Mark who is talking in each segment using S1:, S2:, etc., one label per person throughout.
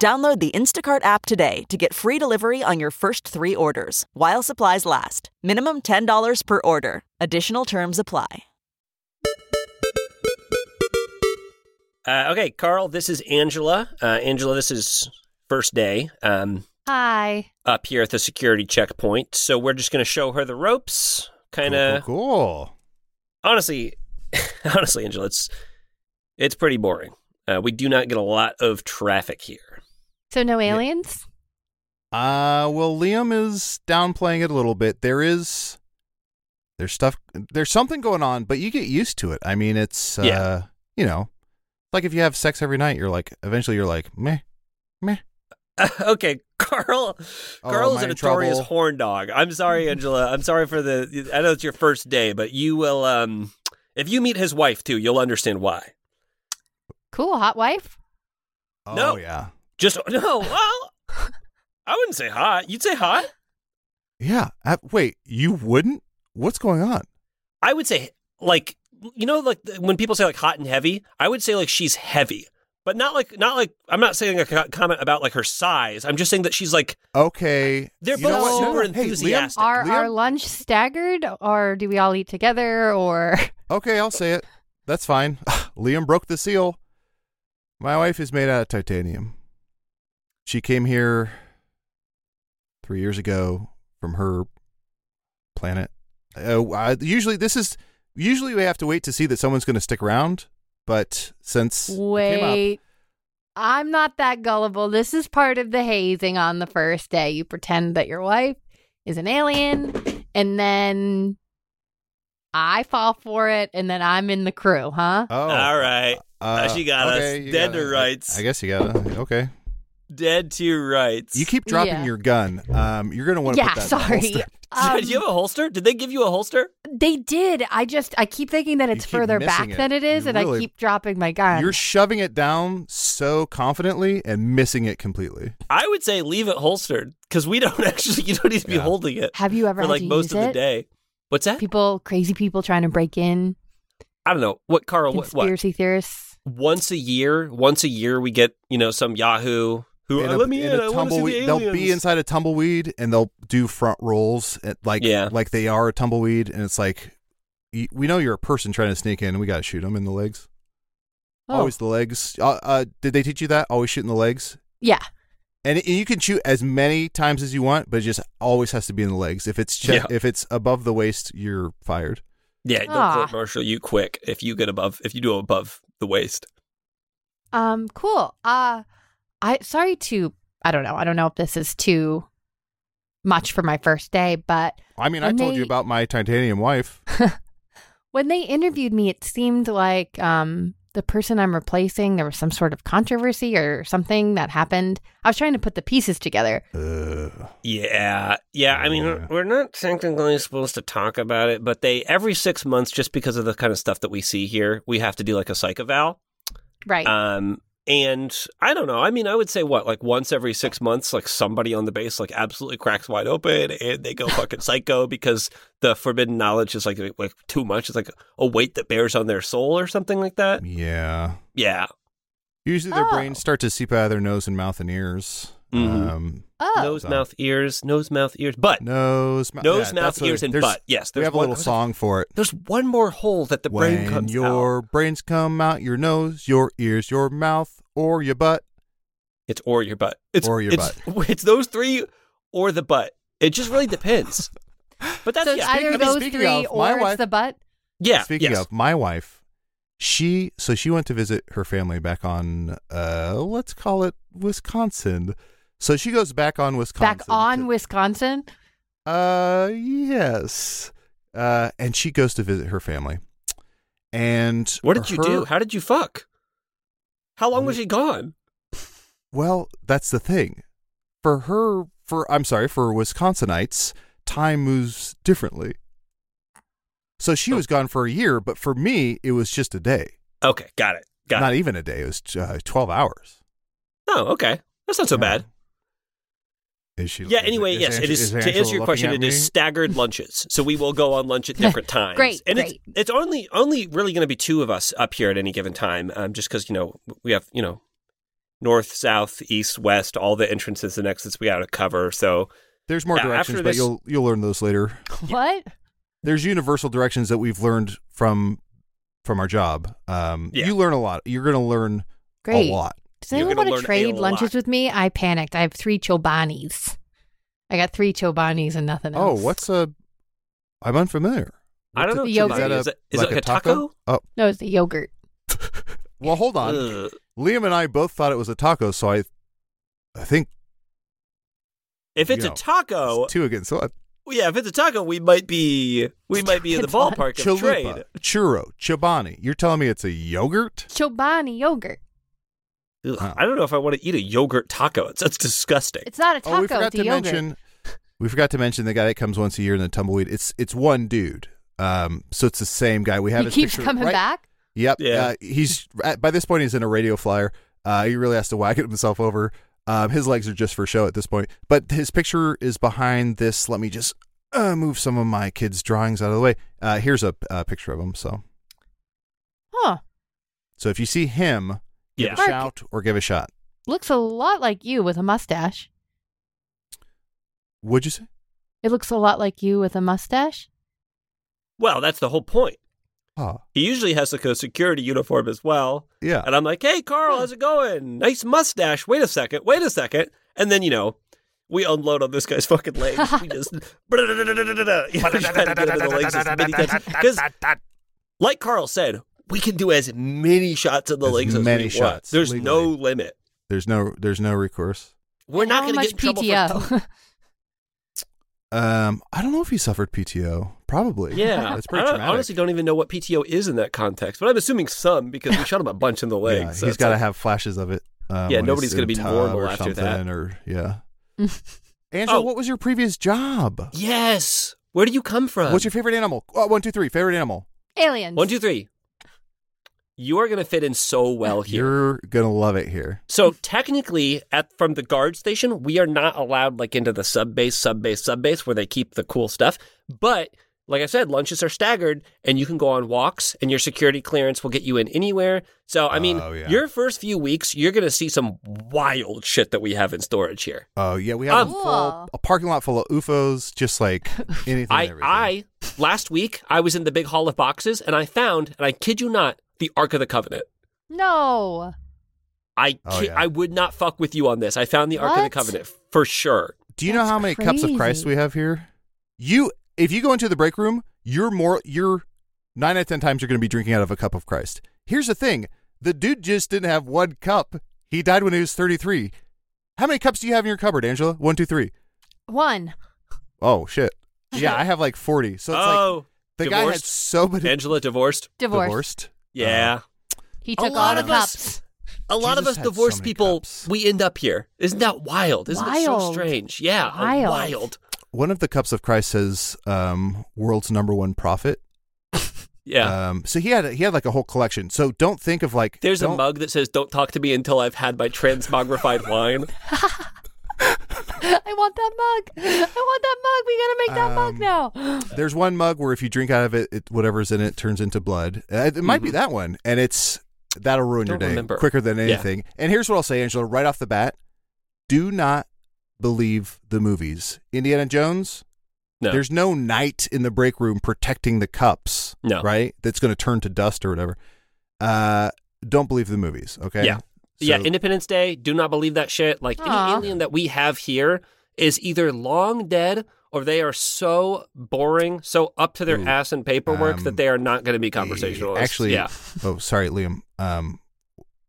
S1: Download the Instacart app today to get free delivery on your first three orders while supplies last. Minimum $10 per order. Additional terms apply.
S2: Uh, okay, Carl, this is Angela. Uh, Angela, this is first day um,
S3: Hi.
S2: up here at the security checkpoint. So we're just going to show her the ropes. Kind
S4: Cool,
S2: of,
S4: cool, cool.
S2: honestly, honestly, Angela, it's it's pretty boring. Uh, we do not get a lot of traffic here.
S3: So no aliens?
S4: Uh, well, Liam is downplaying it a little bit. There is, there's stuff, there's something going on, but you get used to it. I mean, it's, uh,
S2: Yeah.
S4: you know, like if you have sex every night, you're like, eventually you're like, meh, meh.
S2: okay, Carl.
S4: Oh,
S2: Carl
S4: am
S2: is
S4: I
S2: a
S4: in
S2: notorious
S4: trouble?
S2: horn dog. I'm sorry, Angela. I'm sorry for the. I know it's your first day, but you will. Um, if you meet his wife too, you'll understand why.
S3: Cool, hot wife?
S4: Oh,
S2: No.
S4: yeah.
S2: Just no. Well, I wouldn't say hot. You'd say hot.
S4: Yeah. Uh, wait, you wouldn't? What's going on?
S2: I would say like you know like the- when people say like hot and heavy, I would say like she's heavy, but not like not like I'm not saying a co- comment about like her size. I'm just saying that she's like
S4: Okay.
S2: They're
S4: You know
S3: both
S4: what? No,
S2: super
S4: no, hey, Liam-
S2: enthusiastic.
S3: Are our
S4: Liam-
S3: lunch staggered or do we all eat together or
S4: Okay, I'll say it. That's fine. Liam broke the seal. My wife is made out of titanium. She came here three years ago from her planet. Uh, I, usually, this is usually we have to wait to see that someone's going to stick around. But since it came up,
S3: wait? I'm not that gullible. This is part of the hazing on the first day. You pretend that your wife is an alien and then I fall for it and then I'm in the crew, huh?
S4: oh,
S2: all right,
S4: uh,
S2: she got us
S4: okay, you
S2: dead
S4: got
S2: to
S4: it.
S2: rights.
S4: I guess you got it. Okay.
S2: dead to your rights.
S4: You keep dropping
S3: Yeah.
S4: your gun. Um, you're going to want to
S3: yeah,
S4: put that in the
S3: sorry.
S4: holster.
S3: Um,
S2: Do you have a holster? Did they give you a holster?
S3: They did. I just I keep thinking that
S4: You
S3: it's
S4: keep
S3: further
S4: missing
S3: back
S4: it.
S3: than it is,
S4: You
S3: and I
S4: really-
S3: keep dropping my gun.
S4: You're shoving it down so confidently and missing it completely.
S2: I would say leave it holstered because we don't actually. You don't need to be
S4: Yeah.
S2: holding it
S3: have you ever
S2: for
S3: had
S2: like
S3: to
S2: most
S3: use
S2: of the
S3: it?
S2: day. What's that?
S3: People, crazy people trying to break in,
S2: I don't know. What Carl? What, what?
S3: conspiracy theorists.
S2: Once a year, once a year, we get you know some Yahoo who
S4: In
S2: "Oh,
S4: a-
S2: let me
S4: in
S2: in.
S4: a
S2: I want to see the
S4: tumbleweed-
S2: aliens.
S4: they'll be inside a tumbleweed and they'll do front rolls at, like
S2: Yeah.
S4: like they are a tumbleweed and it's like y- we know you're a person trying to sneak in. We got to shoot them in the legs.
S3: Oh.
S4: Always the legs. Uh, uh, did they teach you that? Always shoot in the legs.
S3: Yeah.
S4: And it- you can shoot as many times as you want, but it just always has to be in the legs. If it's che-
S2: Yeah.
S4: if it's above the waist, you're fired.
S2: Yeah, they'll
S3: Ah.
S2: court martial you quick if you get above if you do above the waist.
S3: Um. Cool. Uh, I sorry to. I don't know. I don't know if this is too much for my first day, but
S4: I mean,
S3: And
S4: I told
S3: they-
S4: you about my titanium wife.
S3: when they interviewed me, it seemed like um the person I'm replacing there was some sort of controversy or something that happened. I was trying to put the pieces together.
S4: Ugh.
S2: Yeah, yeah. I mean,
S4: Yeah.
S2: we're not technically supposed to talk about it, but they every six months, just because of the kind of stuff that we see here, we have to do like a psych eval.
S3: Right.
S4: Uh,
S2: Um, and I don't know. I mean, I would say what like once every six months, like somebody on the base like absolutely cracks wide open and they go fucking psycho because the forbidden knowledge is like like too much. It's like a weight that bears on their soul or something like that.
S4: Yeah.
S2: Yeah.
S4: Usually their
S3: Oh.
S4: brains start to seep out of their nose and mouth and ears.
S2: Mhm.
S4: Um,
S3: oh.
S2: nose,
S4: So-
S2: mouth, ears, nose, mouth, ears, butt.
S4: nose, mou-
S2: Nose,
S4: yeah,
S2: mouth,
S4: that's what
S2: ears,
S4: it-
S2: and
S4: there's-
S2: butt. Yes,
S4: We
S2: there's
S4: have a
S2: one-
S4: little song for it.
S2: There's one more hole that the brain
S4: when
S2: comes out.
S4: your brains come out, your nose, your ears, your mouth, or your butt.
S2: It's or your butt. It's
S4: Or your
S2: it's, butt. It's those three or the butt. It just really depends. But that's
S3: so it's
S2: yeah.
S3: either
S4: I mean,
S3: those
S4: speaking
S3: three
S4: of, my
S3: or it's
S4: wife-
S3: the butt.
S2: yeah.
S4: Speaking
S2: yes.
S4: of, my wife, she so she went to visit her family back on uh let's call it Wisconsin. So she goes back on Wisconsin.
S3: back on
S4: to-
S3: Wisconsin.
S4: Uh, yes. Uh, and she goes to visit her family. And
S2: What did you
S4: her-
S2: do? How did you fuck? How long was she gone?
S4: Well, that's the thing. For her for I'm sorry, for Wisconsinites, time moves differently. So
S2: Oh.
S4: she was gone for a year, but for me, it was just a day.
S2: Okay, got it. Got
S4: Not
S2: it.
S4: even a day. It was uh, 12 hours.
S2: Oh, okay. That's not so
S4: Yeah.
S2: bad.
S4: Is she?
S2: Yeah.
S4: is-
S2: Anyway,
S4: is
S2: yes,
S4: Ang-
S2: it is. to
S4: Angela
S2: answer your
S4: looking
S2: question,
S4: at
S2: it is
S4: me?
S2: staggered lunches. So we will go on lunch at different times.
S3: Great,
S2: And
S3: great.
S2: it's it's only only really going to be two of us up here at any given time, um, just because you know we have you know north, south, east, west, all the entrances and exits we got to cover. So
S4: There's more
S2: Yeah,
S4: directions,
S2: after
S4: but
S2: this-
S4: you'll you'll learn those later.
S3: What?
S4: There's universal directions that we've learned from from our job. Um,
S2: Yeah.
S4: You learn a lot. You're going to learn
S3: Great.
S4: a lot.
S3: Does
S2: You're gonna
S3: anyone want to
S2: learn a
S3: trade
S2: lot.
S3: lunches with me? I panicked. I have three chobanis. I got three chobanis and nothing
S4: Oh,
S3: else.
S4: what's a? I'm unfamiliar.
S2: I don't know.
S3: the
S2: if
S3: yogurt.
S2: Chobani- Is, that, is it like a taco?
S4: Oh,
S3: No, it's the yogurt.
S4: well, hold on.
S2: Ugh.
S4: Liam and I both thought it was a taco, so I, I think
S2: If it's
S4: You know,
S2: a taco,
S4: it's two against one.
S2: well, yeah. If it's a taco, we might be we might be in the
S3: It's fun.
S2: ballpark of trade.
S4: Chalupa, churro, chobani. You're telling me it's a yogurt?
S3: Chobani yogurt.
S2: Ugh,
S4: Wow.
S2: I don't know if I want to eat a yogurt taco. It's, that's disgusting.
S3: It's not a taco.
S4: oh, we forgot
S3: it's a
S4: to
S3: yogurt.
S4: mention. We forgot to mention the guy that comes once a year in the tumbleweed. It's it's one dude. Um, so it's the same guy. We have
S3: he
S4: his
S3: keeps
S4: picture,
S3: coming
S4: right?
S3: back.
S4: Yep.
S2: Yeah.
S4: Uh, he's at, by this point he's in a radio flyer. Uh, he really has to wag himself over. Um, his legs are just for show at this point. But his picture is behind this. Let me just uh, move some of my kids' drawings out of the way. Uh, here's a uh, picture of him. So
S3: Huh.
S4: so if you see him, give
S2: Yeah.
S4: a
S3: Mark.
S4: shout or give a shot.
S3: Looks a lot like you with a mustache.
S4: Would you say?
S3: It looks a lot like you with a mustache.
S2: Well, that's the whole point.
S4: Oh,
S2: He usually has like a security uniform as well.
S4: yeah.
S2: And I'm like, hey, Carl, how's it going? Nice mustache. Wait a second. Wait a second. And then, you know, we unload on this guy's fucking legs. We just. Because, like Carl said, we can do as many shots of the
S4: As
S2: legs as
S4: many
S2: we want.
S4: shots,
S2: There's no
S4: legally.
S2: limit.
S4: There's no there's no recourse.
S2: We're not
S3: How
S2: going to
S3: much
S2: get in trouble for
S3: PTO.
S4: Um, I don't know if he suffered PTO. Probably.
S2: Yeah,
S4: That's pretty
S2: I don't-
S4: traumatic.
S2: honestly don't even know what PTO is in that context, but I'm assuming some because we shot him a bunch in the legs.
S4: Yeah,
S2: so
S4: he's
S2: it's
S4: got to
S2: like-
S4: have flashes of it. Um,
S2: Yeah,
S4: when
S2: nobody's
S4: he's
S2: gonna
S4: in
S2: be
S4: tub
S2: normal
S4: or
S2: after that.
S4: something Or yeah. Angela,
S2: Oh.
S4: what was your previous job?
S2: Yes. Where do you come from?
S4: What's your favorite animal? Oh, one, two, three. Favorite animal.
S3: Aliens.
S2: One, two, three. You are going to fit in so well Oh, here.
S4: You're gonna love it here.
S2: So technically, at from the guard station, we are not allowed like into the sub base, sub base, sub base where they keep the cool stuff. But like I said, lunches are staggered, and you can go on walks, and your security clearance will get you in anywhere. So I mean,
S4: Oh, yeah.
S2: your first few weeks, you're going to see some wild shit that we have in storage here.
S4: Oh yeah, we
S2: Um,
S4: have a, full, a parking lot full of UFOs, just like anything. and
S2: I,
S4: everything.
S2: I last week I was in the big hall of boxes, and I found, and I kid you not, the Ark of the Covenant.
S3: No.
S2: I
S4: Oh,
S2: ki-
S4: yeah.
S2: I would not fuck with you on this. I found the Ark of the
S3: What?
S2: Covenant for sure.
S4: Do you know
S3: That's
S4: how many cups of Christ
S3: crazy.
S4: we have here? You, if you go into the break room, you're more, you're nine out of ten times you're going to be drinking out of a cup of Christ. Here's the thing: the dude just didn't have one cup. He died when he was 33. How many cups do you have in your cupboard, Angela? One, two, three.
S3: One.
S4: Oh shit! Yeah, I have like 40. So it's like Oh.
S2: oh,
S4: the guy had
S2: divorced?
S4: so many Uh,
S2: Angela divorced.
S3: Divorce.
S2: Yeah,
S3: He
S2: A
S3: took all
S2: lot
S3: the
S2: of us-
S3: cups.
S2: a lot of
S4: Jesus
S2: us
S4: had so
S2: divorced
S4: many
S2: people.
S4: cups.
S2: We end up here. Isn't that wild? Isn't it so
S3: Wild.
S2: strange? Yeah, a
S3: Wild.
S2: wild.
S4: One of the cups of Christ says, um, "World's number one prophet."
S2: Yeah.
S4: Um, so he had he had like a whole collection. So don't think of like
S2: There's a
S4: don't-
S2: mug that says "Don't talk to me until I've had my transmogrified wine."
S3: I want that mug. I want that
S2: Um,
S3: mug. We gotta make that mug now.
S4: There's one mug where if you drink out of it, it whatever's in it turns into blood. Uh, It, it might be that one, and it's that'll ruin your
S2: Mm-hmm. Don't
S4: day
S2: remember.
S4: quicker than
S2: Yeah.
S4: anything. And here's what I'll say, Angela, right off the bat: do not believe the movies. Indiana Jones.
S2: No,
S4: There's no knight in the break room protecting the cups.
S2: No.
S4: right? That's going to turn to dust or whatever. Uh, don't believe the movies. Okay.
S2: Yeah. yeah,
S4: So-
S2: Independence Day. Do not believe that shit. Like any
S3: Aw.
S2: alien that we have here is either long dead or they are so boring, so up to their
S4: Ooh.
S2: ass in paperwork
S4: Um,
S2: that they are not going to be conversationalists.
S4: eh, Actually,
S2: yeah.
S4: Oh, sorry, Liam. Um,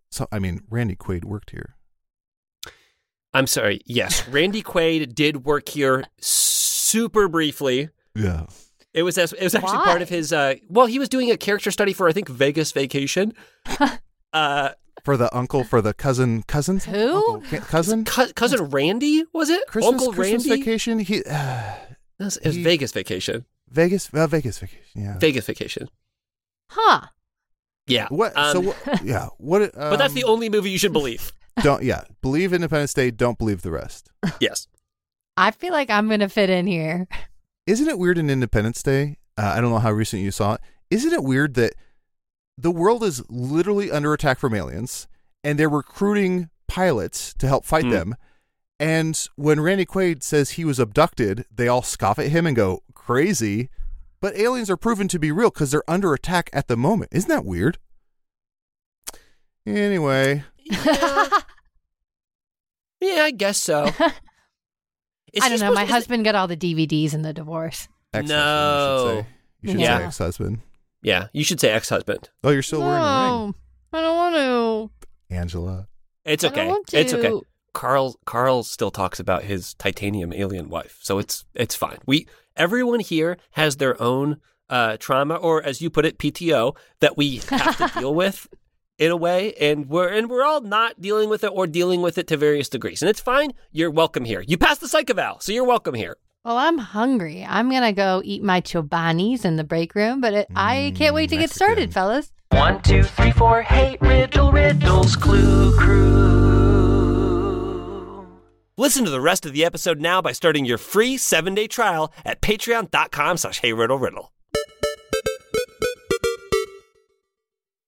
S4: so I mean, Randy Quaid worked here.
S2: I'm sorry. Yes, Randy Quaid did work here super briefly.
S4: Yeah.
S2: It was it was actually part of
S3: Why?
S2: his. Uh, well, he was doing a character study for I think Vegas Vacation. uh,
S4: for the uncle, for the cousin, cousins,
S3: Who?
S4: Uncle, ca- cousin,
S2: Cou- cousin Randy was it?
S4: Christmas,
S2: Uncle
S4: Christmas
S2: Randy.
S4: vacation. He uh,
S2: That was- it was
S4: He-
S2: Vegas vacation.
S4: Vegas, uh, Vegas vacation. Yeah.
S2: Vegas vacation.
S3: Huh.
S2: Yeah.
S4: What?
S2: Um,
S4: so what, yeah. What? Um,
S2: but that's the only movie you should believe.
S4: Don't yeah. Believe Independence Day. Don't believe the rest.
S2: yes.
S3: I feel like I'm going to fit in here.
S4: Isn't it weird in Independence Day? Uh, I don't know how recent you saw it. Isn't it weird that the world is literally under attack from aliens and they're recruiting pilots to help fight
S2: Hmm.
S4: them? And when Randy Quaid says he was abducted, they all scoff at him and go crazy. But aliens are proven to be real because they're under attack at the moment. Isn't that weird? Anyway,
S2: Yeah. Yeah, I guess so. Is
S3: I
S2: he
S3: don't know.
S2: supposed-
S3: My
S2: is it-
S3: husband got all the DVDs in the divorce.
S4: ex-husband,
S2: No.
S4: you should say, you should
S2: Yeah.
S4: say ex-husband.
S2: yeah, you should say ex-husband.
S4: Oh, you're still wearing a ring,
S3: no, I don't want
S4: Angela.
S2: It's
S3: I don't
S2: okay.
S3: want to.
S2: It's okay. Carl Carl still talks about his titanium alien wife, so it's it's fine. We everyone here has their own uh, trauma, or as you put it, PTO, that we have to deal with in a way, and we're and we're all not dealing with it or dealing with it to various degrees, and it's fine. You're welcome here. You passed the psych eval, so you're welcome here.
S3: to. Well, I'm hungry. I'm going to go eat my chobanis in the break room, but it, I can't wait to get
S4: Mexican.
S3: started, fellas.
S5: One, two, three, four, hate riddle, riddles, clue, crew.
S2: Listen to the rest of the episode now by starting your free seven day trial at patreon.com slash hey riddle riddle.